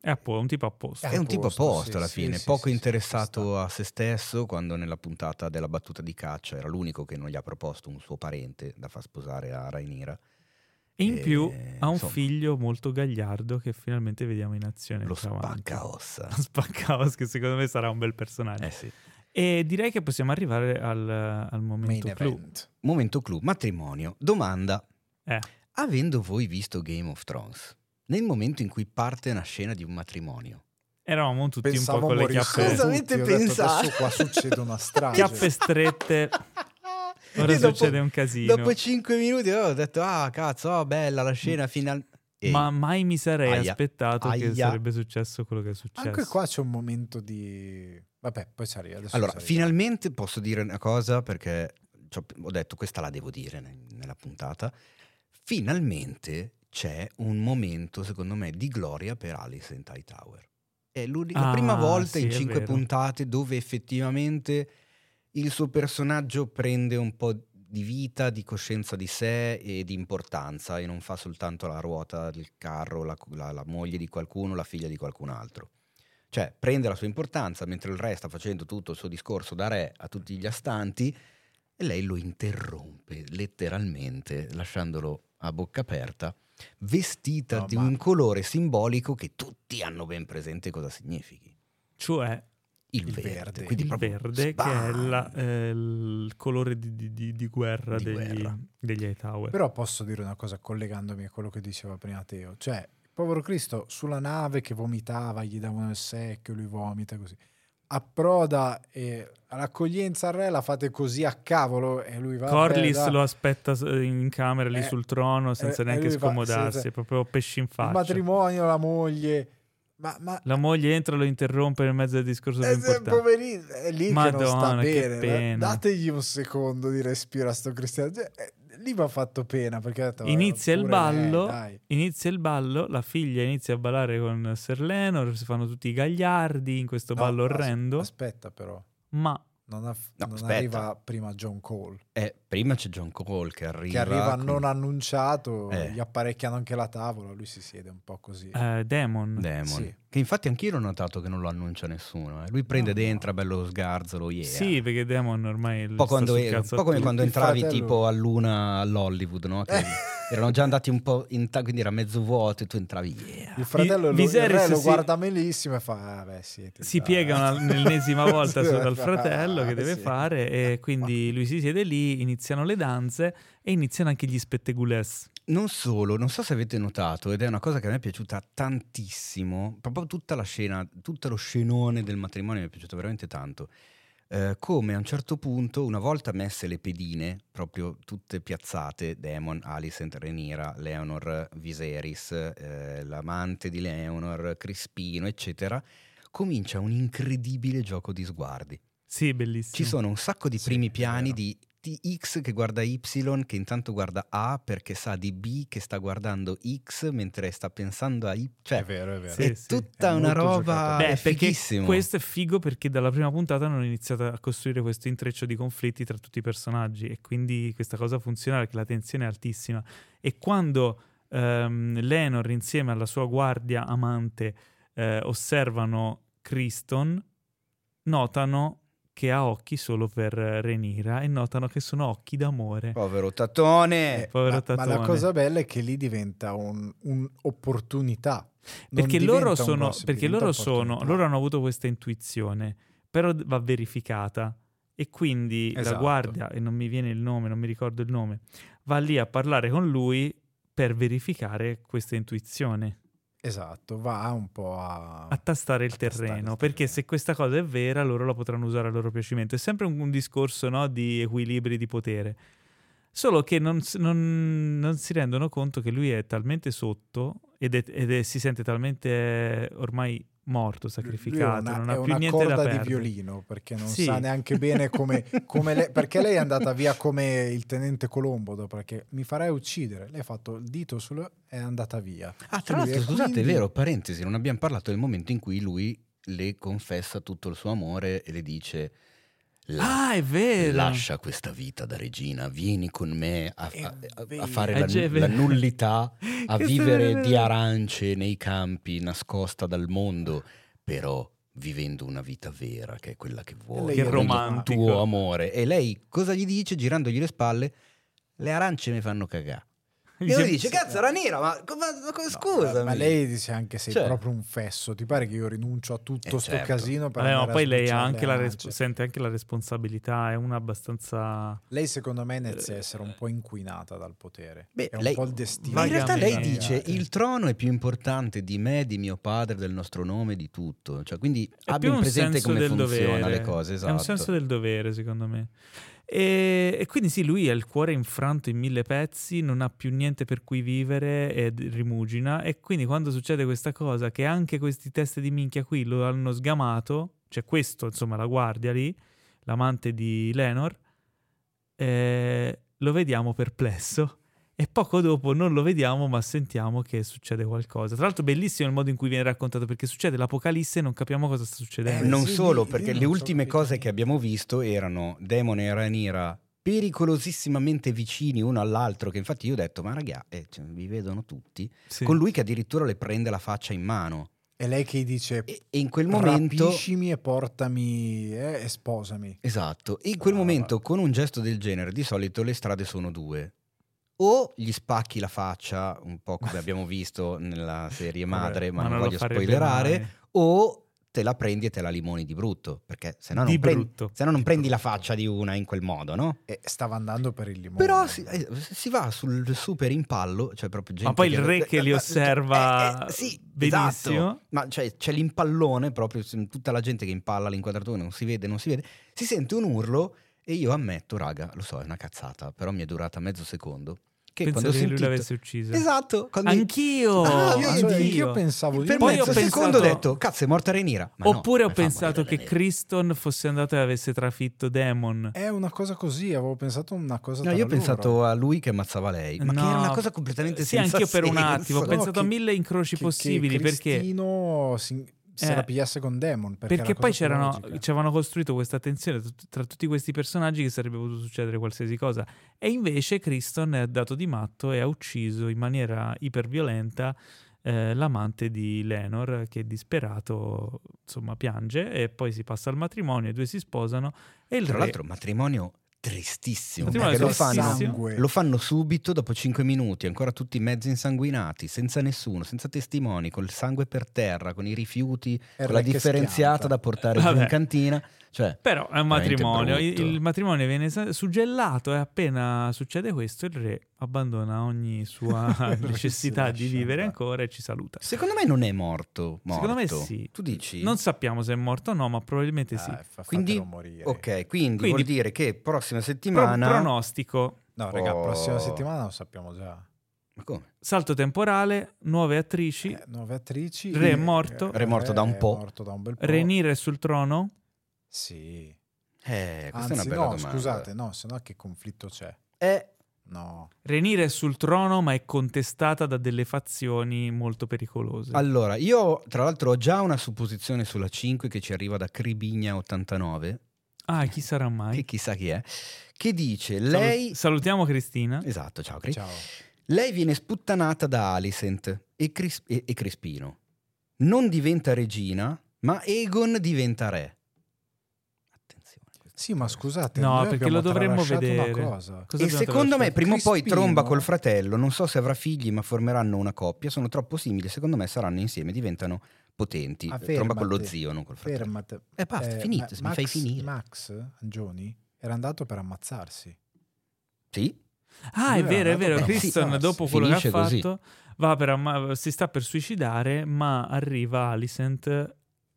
A: È appo- un tipo apposta.
C: Eh,
B: È un tipo a
C: posto,
B: posto
C: sì,
B: alla
C: sì,
B: fine,
C: sì,
B: poco
C: sì, sì, ci
B: interessato a se stesso, quando nella puntata della battuta di caccia era l'unico che non gli ha proposto un suo parente da far sposare a Rainira.
A: E in più
B: Eh,
A: ha un
B: insomma,
A: figlio molto gagliardo che finalmente vediamo in
C: Eh,
A: azione.
B: Lo
A: più avanti. [laughs]
B: spacca ossa.
A: Lo Spaccaos, [laughs] che secondo me sarà un bel personaggio.
B: Eh sì.
A: E direi che possiamo arrivare al, al
C: main
A: momento clou.
C: event.
B: Momento clou, matrimonio. Domanda.
A: Eh.
B: Avendo voi visto Game of Thrones, nel momento in cui parte una scena di un matrimonio,
A: Eravamo tutti un
C: Pensavo
A: po' con le
C: morissimo.
A: chiappe,
B: Cosa avete
C: Tutti, ho detto,
B: pensato?
C: Adesso qua succede una strage. [laughs]
A: chiappe strette. Ora
B: E dopo-
A: succede un casino.
B: Dopo 5 minuti oh, ho detto, ah cazzo, oh, bella la
C: Mm.
B: scena finale.
A: Ma mai mi sarei
B: Aia.
A: aspettato che
B: Aia.
A: sarebbe successo quello che è successo.
C: Anche qua c'è un momento di... Vabbè, poi ci arriva. adesso
B: Allora,
C: ci arriva.
B: finalmente posso dire una cosa perché ci ho ho detto questa la devo dire ne- nella puntata. Finalmente c'è un momento, secondo me, di gloria per Alice in Hightower. È l'uni- la
A: Ah,
B: prima volta
A: sì,
B: in
A: è
B: cinque
A: vero.
B: puntate dove effettivamente il suo personaggio prende un po' di vita, di coscienza di sé e di importanza e non fa soltanto la ruota del carro, la, la- la moglie di qualcuno, la figlia di qualcun altro. Cioè prende la sua importanza mentre il re sta facendo tutto il suo discorso da re a tutti gli astanti e lei lo interrompe letteralmente lasciandolo a bocca aperta vestita
C: No,
B: di
C: ma-
B: un colore simbolico che tutti hanno ben presente cosa significhi.
A: Cioè,
B: Il,
C: Il
B: verde,
C: verde.
B: quindi
A: il
B: proprio
A: verde, che è
B: spam.
A: la- eh, il colore di, di- di- di guerra
B: Di
A: degli,
B: guerra.
A: degli Hightower.
C: Però posso dire una cosa collegandomi a quello che diceva prima Teo, cioè, povero Cristo, sulla nave che vomitava, gli davano il secchio, lui vomita così. Approda e all'accoglienza al re la fate così a cavolo e lui va...
A: Corlys
C: "Vabbè, dai".
A: lo aspetta eh, in camera lì
C: Eh,
A: sul trono senza
C: eh,
A: neanche
C: eh, lui va-
A: scomodarsi,
C: senza-
A: è proprio pesci in
C: Il
A: faccia.
C: matrimonio, la moglie, ma... ma
A: La moglie entra e lo interrompe nel mezzo del discorso più
C: eh, se-
A: importante.
C: poverino, è lì che non sta
A: Madonna, che
C: bene.
A: pena.
C: ma Dategli un secondo di respiro a sto cristiano. Cioè, eh, lì mi ha fatto pena perché ha detto, "Vabbè,
A: Inizia il
C: pure
A: ballo,
C: lei, dai".
A: inizia il ballo, la figlia inizia a ballare con Sir Lenor, si fanno tutti i gagliardi in questo
C: No,
A: ballo
C: as-
A: orrendo,
C: Aspetta però.
A: ma
C: non, aff-
B: No,
C: non
B: aspetta.
C: arriva prima John Cole,
B: Eh, prima c'è John Cole che arriva.
C: che arriva
B: con
C: non annunciato,
B: Eh.
C: gli apparecchiano anche la tavola, lui si siede un po' così.
A: Eh, Demon.
B: Demon.
C: Sì.
B: Che infatti anch'io l'ho notato che non lo annuncia nessuno. eh. Lui prende
C: No, no.
B: dentro, bello sgarzolo, yeah.
A: Sì, perché Demon ormai
B: Un po', quando
A: sta sul
B: è- un
A: cazzo a
B: po' come
A: tutti.
B: quando
C: Il
B: entravi
C: fratello.
B: tipo a luna all'Hollywood, no?
A: Eh.
B: Che
C: Eh,
A: [laughs]
B: erano già andati un po' in ta- quindi era mezzo vuoto e tu entravi, yeah.
C: Il fratello lo, il
A: Viserys
C: re lo
A: si-
C: guarda melissimo e fa: Ah, beh, siete
A: si
C: già-
A: piega una-
C: [laughs]
A: un'ennesima volta
C: Sì,
A: sopra il
C: fa-
A: fratello che deve
C: [laughs] sì.
A: fare e quindi lui si siede lì, iniziano le danze e iniziano anche gli spettegules.
B: Non solo, non so se avete notato, ed è una cosa che a me è piaciuta tantissimo, proprio tutta la scena, tutto lo scenone del matrimonio mi è piaciuto veramente tanto. eh, come a un certo punto, una volta messe le pedine, proprio tutte piazzate, Demon, Alicent, Renira, Leonor, Viserys, eh, l'amante di Leonor, Crispino, eccetera, comincia un incredibile gioco di sguardi.
A: Sì, bellissimo.
B: Ci sono un sacco di
C: Sì,
B: primi
C: è
B: piani
C: vero.
B: di, di X che guarda Y, che intanto guarda A perché sa di B che sta guardando X mentre sta pensando a Y.
C: È
B: Cioè,
C: vero, è vero.
A: Sì,
B: è tutta
C: È
B: una
C: molto
B: roba
C: giocato.
A: Beh,
B: è
A: perché
B: fighissimo.
A: questo è figo perché dalla prima puntata hanno iniziato a costruire questo intreccio di conflitti tra tutti i personaggi e quindi questa cosa funziona perché la tensione è altissima. E quando ehm, Lenor insieme alla sua guardia amante eh, osservano Criston, notano che ha occhi solo per eh, Renira e notano che sono occhi d'amore.
B: Povero Tatone!
A: Povero
C: ma, ma la
A: Tatone.
C: cosa bella è che lì diventa un- un'opportunità. Non
A: perché
C: diventa
A: loro
C: un
A: sono,
C: gossip,
A: perché
C: diventa
A: loro, sono
C: opportunità.
A: loro hanno avuto questa intuizione, però d- va verificata. E quindi la
C: Esatto.
A: guardia, e non mi viene il nome, non mi ricordo il nome, va lì a parlare con lui per verificare questa intuizione,
C: Esatto, va un po' a...
A: a tastare il
C: A tastare il
A: terreno,
C: terreno.
A: perché se questa cosa è vera loro la potranno usare a loro piacimento. È sempre un, un discorso no, di equilibri di potere. Solo che non, s- non- non si rendono conto che lui è talmente sotto ed, è- ed è- si sente talmente ormai morto, sacrificato,
C: Lui è una-
A: non ha
C: è
A: più
C: una
A: niente da
C: corda
A: perdere.
C: di violino perché non
A: Sì.
C: sa neanche bene
A: [laughs]
C: come, come lei- perché lei è andata via come il tenente Colombo dopo perché mi farai uccidere lei ha fatto il dito sul è andata via
B: Ah, tra
C: Lui è
B: l'altro,
A: eh,
B: scusate, è
C: quindi-
B: vero, parentesi, non abbiamo parlato del momento in cui lui le confessa tutto il suo amore e le dice... "La-
A: Ah, è vero!
B: Lascia questa vita da regina, vieni con me a,
C: È
B: a- a- a
C: vero.
B: fare
A: Eh,
B: la,
A: già, è
B: la
A: vero.
B: nullità
A: [laughs]
B: a
A: [laughs] Che
B: vivere
A: storia-
B: di arance nei campi, nascosta dal mondo, però vivendo una vita vera, che è quella che vuoi,
C: lei
A: Che
B: è il
A: romantico.
B: tuo amore. E lei cosa gli dice girandogli le spalle? Le arance mi fanno cagà. E lui dice, cazzo, era nera, ma, co- ma- ma co-
C: No,
B: scusami.
C: ma lei dice anche sei
B: Cioè.
C: proprio un fesso ti pare che io rinuncio a tutto
B: Eh,
C: sto
B: certo.
C: casino per
A: Vabbè, ma
C: andare a
A: poi lei ha
C: sbocciare
A: anche
C: le
A: la
C: arance?"
A: resp- sente anche la responsabilità, è una abbastanza...
C: lei secondo me inizia
A: Eh,
C: a essere un po' inquinata dal potere
B: Beh,
C: è un
B: lei-
C: po' il destino
B: Ma in realtà lei
A: Vagamente.
B: dice il trono è più importante di me, di mio padre, del nostro nome, di tutto. Cioè, quindi
A: È
B: abbia
A: più un
B: presente
A: senso
B: come
A: del
B: funzionano
A: dovere.
B: le cose. Esatto.
A: È un senso del dovere, secondo me. E, e quindi sì, lui ha il cuore infranto in mille pezzi, non ha più niente per cui vivere e d- rimugina. E quindi quando succede questa cosa, che anche questi teste di minchia qui lo hanno sgamato, cioè questo, insomma, la guardia lì, l'amante di Lenor, eh, lo vediamo perplesso. E poco dopo non lo vediamo, ma sentiamo che succede qualcosa. Tra l'altro, bellissimo il modo in cui viene raccontato perché succede l'apocalisse e non capiamo cosa sta succedendo.
C: Eh,
B: non
C: sì,
B: solo,
C: io-
B: perché
C: io
B: le
C: non so
B: ultime
C: capire.
B: cose che abbiamo visto erano Demon e Ranira pericolosissimamente vicini uno all'altro, che infatti io ho detto, ma raga, eh, cioè, vi vedono tutti,
A: Sì.
B: con lui che addirittura le prende la faccia in mano.
C: è lei che dice
B: E, e in quel momento...
C: rapiscimi e portami eh, e sposami
B: Esatto, e in quel
C: Ah,
B: momento
C: vabbè.
B: con un gesto del genere di solito le strade sono due. O gli spacchi la faccia, un po' come abbiamo visto nella
A: [laughs]
B: serie madre, ma, non
A: lo
B: voglio
A: farebbe
B: spoilerare,
A: mai.
B: o te la prendi e te la limoni di brutto, perché se no
A: Di
B: non, prendi,
A: brutto.
B: se no non
C: Di
B: prendi la
C: brutto.
B: faccia di una in quel modo, no?
C: e stava andando per il limone
B: Però si, eh, si va sul super impallo, cioè proprio gente
A: Ma poi il
B: che-
A: re che li
B: eh, eh,
A: osserva
B: eh, sì,
A: benissimo.
B: esatto. Ma cioè, c'è l'impallone proprio, su- tutta la gente che impalla l'inquadratore, non si vede, non si vede. Si sente un urlo e io ammetto, raga, lo so, è una cazzata, però mi è durata mezzo secondo. Che
A: Penso
B: quando ho
A: che lui
B: sentito...
A: l'avesse ucciso.
B: Esatto. Quando
A: Anch'io.
B: [laughs] Ah,
C: io,
B: io-
A: anch'io.
C: anch'io pensavo di
B: Per
A: Poi
B: mezzo
A: ho pensato-
B: secondo ho detto, cazzo, è morta Renira. Ma no,
A: Oppure ho
B: come fa a
A: pensato
B: morire
A: che Criston fosse andato e avesse trafitto Demon.
B: Eh,
C: È una cosa così, avevo pensato una cosa
B: No,
C: tra
B: io ho
C: loro.
B: pensato a lui che ammazzava lei, ma che
A: No.
B: era una cosa completamente
A: Sì,
B: senza
A: anch'io per un
B: senso.
A: attimo. Ho
C: No,
A: pensato a
C: che-
A: mille incroci
C: Che- che
A: possibili perché
C: Cristino si- se
A: Eh,
C: la pigliasse con Demon.
A: Perché,
C: Perché, era una
A: poi
C: cosa più
A: c'erano, cioè,
C: logica.
A: ci avevano costruito questa tensione tut- tra tutti questi personaggi che sarebbe potuto succedere qualsiasi cosa. E invece Criston è dato di matto e ha ucciso in maniera iperviolenta eh, l'amante di Lenor che disperato insomma piange e poi si passa al matrimonio, i due si sposano e il
B: Tra
A: re...
B: l'altro, un matrimonio tristissimo.
A: Matrimonio
B: perché lo
A: tristissimo.
B: fanno,
C: sangue.
B: lo fanno subito dopo 5 minuti, ancora tutti mezzi insanguinati, senza nessuno, senza testimoni, col sangue per terra, con i rifiuti,
C: Era
B: con la
C: che
B: differenziata
C: schianta.
B: da portare giù
A: Vabbè.
B: in cantina. Cioè,
A: Però è un
B: Veramente
A: matrimonio, il
B: brutto.
A: il matrimonio viene sa- suggellato e appena succede questo il re abbandona ogni
B: [laughs]
A: sua
C: Si
A: necessità di
C: lascia
A: vivere
C: andare.
A: ancora e ci saluta.
B: secondo me non è morto. morto.
A: Secondo me sì.
B: Tu dici?
A: Non sappiamo se è morto o no, ma probabilmente
B: Eh,
A: sì.
C: Ah, fa-
B: Quindi-
C: fatelo morire.
B: Ok, quindi,
A: Quindi-
B: vuol dire che prossima
A: Pro-
B: settimana.
A: pronostico,
C: No, raga,
B: Oh.
C: prossima settimana lo sappiamo già.
B: Ma come?
A: salto temporale, nuove attrici,
B: oh.
C: Eh, nuove attrici.
A: Re è morto.
B: Re è morto da un
C: è
B: po'.
C: morto da un bel po'.
A: Renire sul trono.
C: Sì.
B: Eh, questa è
C: Anzi,
B: una
C: no,
B: bella domanda.
C: scusate, no, sennò che conflitto c'è?
B: Eh,
C: No.
A: Renire è sul trono, ma è contestata da delle fazioni molto pericolose.
B: Allora, io tra l'altro ho già una supposizione sulla 5 che ci arriva da Cribigna89,
A: ah, chi sarà mai?
B: che chissà chi è, che dice
A: Salu-
B: lei...
A: Salutiamo Cristina.
B: Esatto, ciao Cri.
C: Ciao.
B: Lei viene sputtanata da Alicent e, Cris- e- e Crispino. Non diventa regina, ma Egon diventa re. Attenzione. questo
C: Sì, ma
B: è-
C: scusate,
A: No,
C: noi
A: perché lo
C: abbiamo
A: dovremmo
C: tralasciato
A: vedere.
C: Una cosa.
A: Cosa
B: E
A: abbiamo
B: secondo me
A: tralasciato?
B: prima o poi
C: Crispino?
B: tromba col fratello, non so se avrà figli ma formeranno una coppia, sono troppo simili, secondo me saranno insieme, diventano potenti.
C: Ah,
B: tromba con lo
C: fermate,
B: zio, non col fratello.
C: Fermate.
B: E basta,
C: Eh,
B: finito,
C: ma-
B: se
C: Max-
B: mi fai finire.
C: Max Angioni era andato per ammazzarsi.
B: Sì,
A: Ah, è
C: Lui
A: vero,
C: era
A: è vero.
C: andato
B: per
A: Kristen,
C: ammazzarsi.
A: dopo quello che ha
B: Finisce
A: fatto,
B: così.
A: va per amma- si sta per suicidare, ma arriva Alicent e,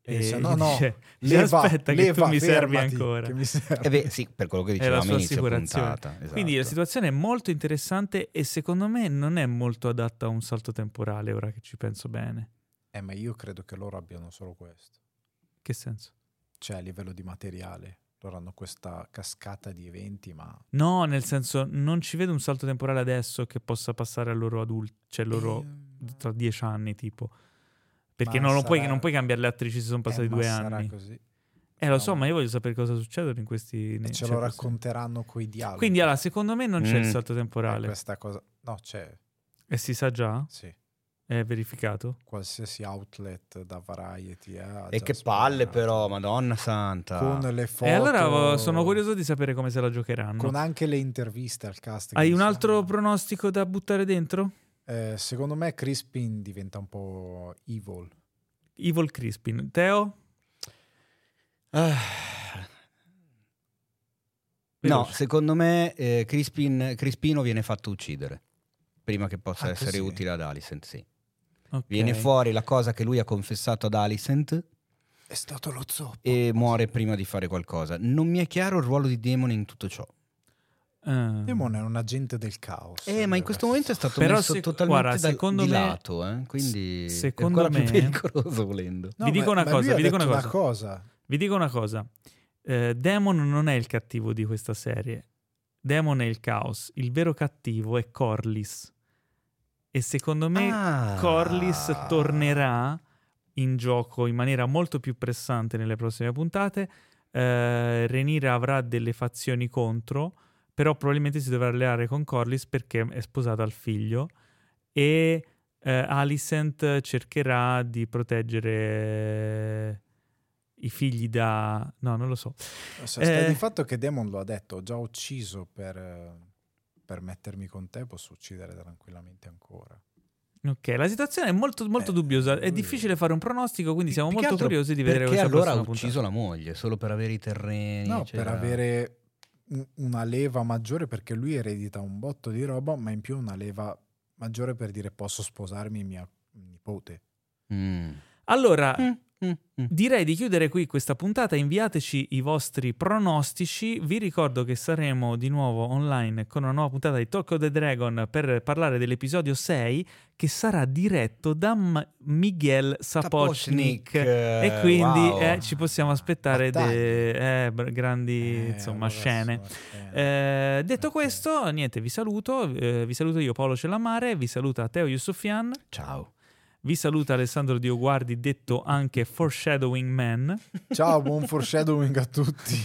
B: Eh,
C: E dice,
A: gli
C: "No, no,
A: dice,
C: Leva,
A: aspetta che
C: leva,
A: tu mi servi
C: fermati,
A: ancora.
C: che mi servi.
B: Eh beh, sì, per quello che
A: È la
B: dicevamo
A: sua
B: all'inizio
A: assicurazione.
B: puntata. esatto.
A: Quindi la situazione è molto interessante e secondo me non è molto adatta a un salto temporale, ora che ci penso bene.
C: Eh, ma io credo che loro abbiano solo questo.
A: Che senso?
C: Cioè, a livello di materiale. Loro hanno questa cascata di eventi, ma...
A: No, nel senso, non ci vedo un salto temporale adesso che possa passare al loro adulti, cioè loro
C: Ehm,
A: tra dieci anni tipo. Perché
C: Ma
A: non, lo puoi,
C: sarà-
A: non puoi cambiare le attrici se sono passati
C: eh, ma
A: due
C: sarà
A: anni.
C: così.
A: Eh, lo so,
C: No.
A: ma io voglio sapere cosa succede in questi...
C: E
A: nei-
C: ce
A: cioè,
C: lo
A: questi-
C: racconteranno coi dialoghi.
A: Quindi, allora, secondo me non c'è il
B: Mm.
A: salto
C: Eh,
A: temporale.
C: questa cosa... No, c'è,
A: E si sa già?
C: sì.
A: È verificato?
C: Qualsiasi outlet da Variety. eh, ha
B: E
C: già
B: che palle
C: sparato.
B: però, madonna santa.
C: Con le foto...
A: E Eh, allora vo- sono curioso di sapere come se la giocheranno.
C: Con anche le interviste al cast. che
A: Hai un
C: dicono,
A: altro
C: "Ah,
A: pronostico da buttare dentro?
C: eh, secondo me Crispin diventa un po' evil.
A: Evil Crispin. Teo?
B: Ah. No,
A: Veloce.
B: secondo me eh, Crispin- Crispino viene fatto uccidere prima che possa
C: Ah,
B: essere
C: così?
B: utile ad Alicent, sì.
A: Ok.
B: Viene fuori la cosa che lui ha confessato ad Alicent
C: È stato lo zoppo.
B: e muore prima di fare qualcosa. Non mi è chiaro il ruolo di Demon in tutto ciò.
A: Ah.
C: Demon è un agente del caos.
B: Eh, ma in questo momento è stato
A: Però
B: messo
A: se-
B: totalmente
A: guarda,
B: da-
A: secondo
B: di
A: me-
B: lato, eh, quindi
A: S-
B: è
A: secondo
B: ancora più
A: me-
B: [laughs] pericoloso volendo.
A: vi dico una cosa, vi dico una
C: una
A: cosa.
C: cosa.
A: Vi dico una cosa. Eh, Demon non è il cattivo di questa serie. Demon è il caos. Il vero cattivo è Corlys. E secondo me
B: Ah.
A: Corlys tornerà in gioco in maniera molto più pressante nelle prossime puntate. Eh, Renira avrà delle fazioni contro, però probabilmente si dovrà alleare con Corlys perché è sposata al figlio e eh, Alicent cercherà di proteggere i figli da... no, non lo so.
B: Ah,
C: Cioè, sta
A: Eh.
C: Di fatto che Demon lo ha detto, ho già ucciso per, eh, per mettermi con te, posso uccidere tranquillamente ancora.
A: Ok, la situazione è molto, molto
C: Eh,
A: dubbiosa, è
C: lui-
A: difficile fare un pronostico, quindi siamo
B: Più che
A: molto
B: altro
A: curiosi di vedere
B: perché
A: questa
B: allora ha
A: prossima puntata.
B: ucciso la moglie solo per avere i terreni.
C: No,
B: c'era-
C: per avere un- una leva maggiore perché lui eredita un botto di roba, ma in più una leva maggiore per dire posso sposarmi mia nipote.
B: Mm. [laughs]
A: Allora,
B: Mm, mm, mm.
A: Direi Eh. di chiudere qui questa puntata, inviateci i vostri pronostici, vi ricordo che saremo di nuovo online con una nuova puntata di Talk of the Dragon per parlare dell'episodio 6 che sarà diretto da M- Miguel Sapochnik. E quindi
B: wow.
A: eh, ci possiamo aspettare de-
C: Battaglie.
A: eh, br- grandi
C: Eh,
A: insomma,
C: allora
A: scene.
C: sono scene.
A: Eh, detto
C: Ok.
A: questo, niente, vi saluto, eh, vi saluto io Paolo Cellamare, vi saluta Teo Yusufian,
B: Ciao.
A: Vi saluta Alessandro Dioguardi, detto anche Foreshadowing Man.
C: Ciao, buon foreshadowing a
A: [laughs]
C: tutti.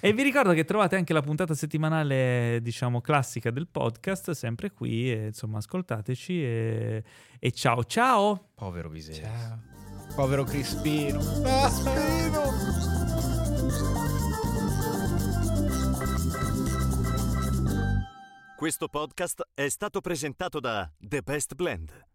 A: E vi ricordo che trovate anche la puntata settimanale, diciamo, classica del podcast, sempre qui. E, insomma, ascoltateci e, e ciao ciao!
B: Povero Viserys.
C: Povero Crispino. Crispino.
D: Questo podcast è stato presentato da The Best Blend.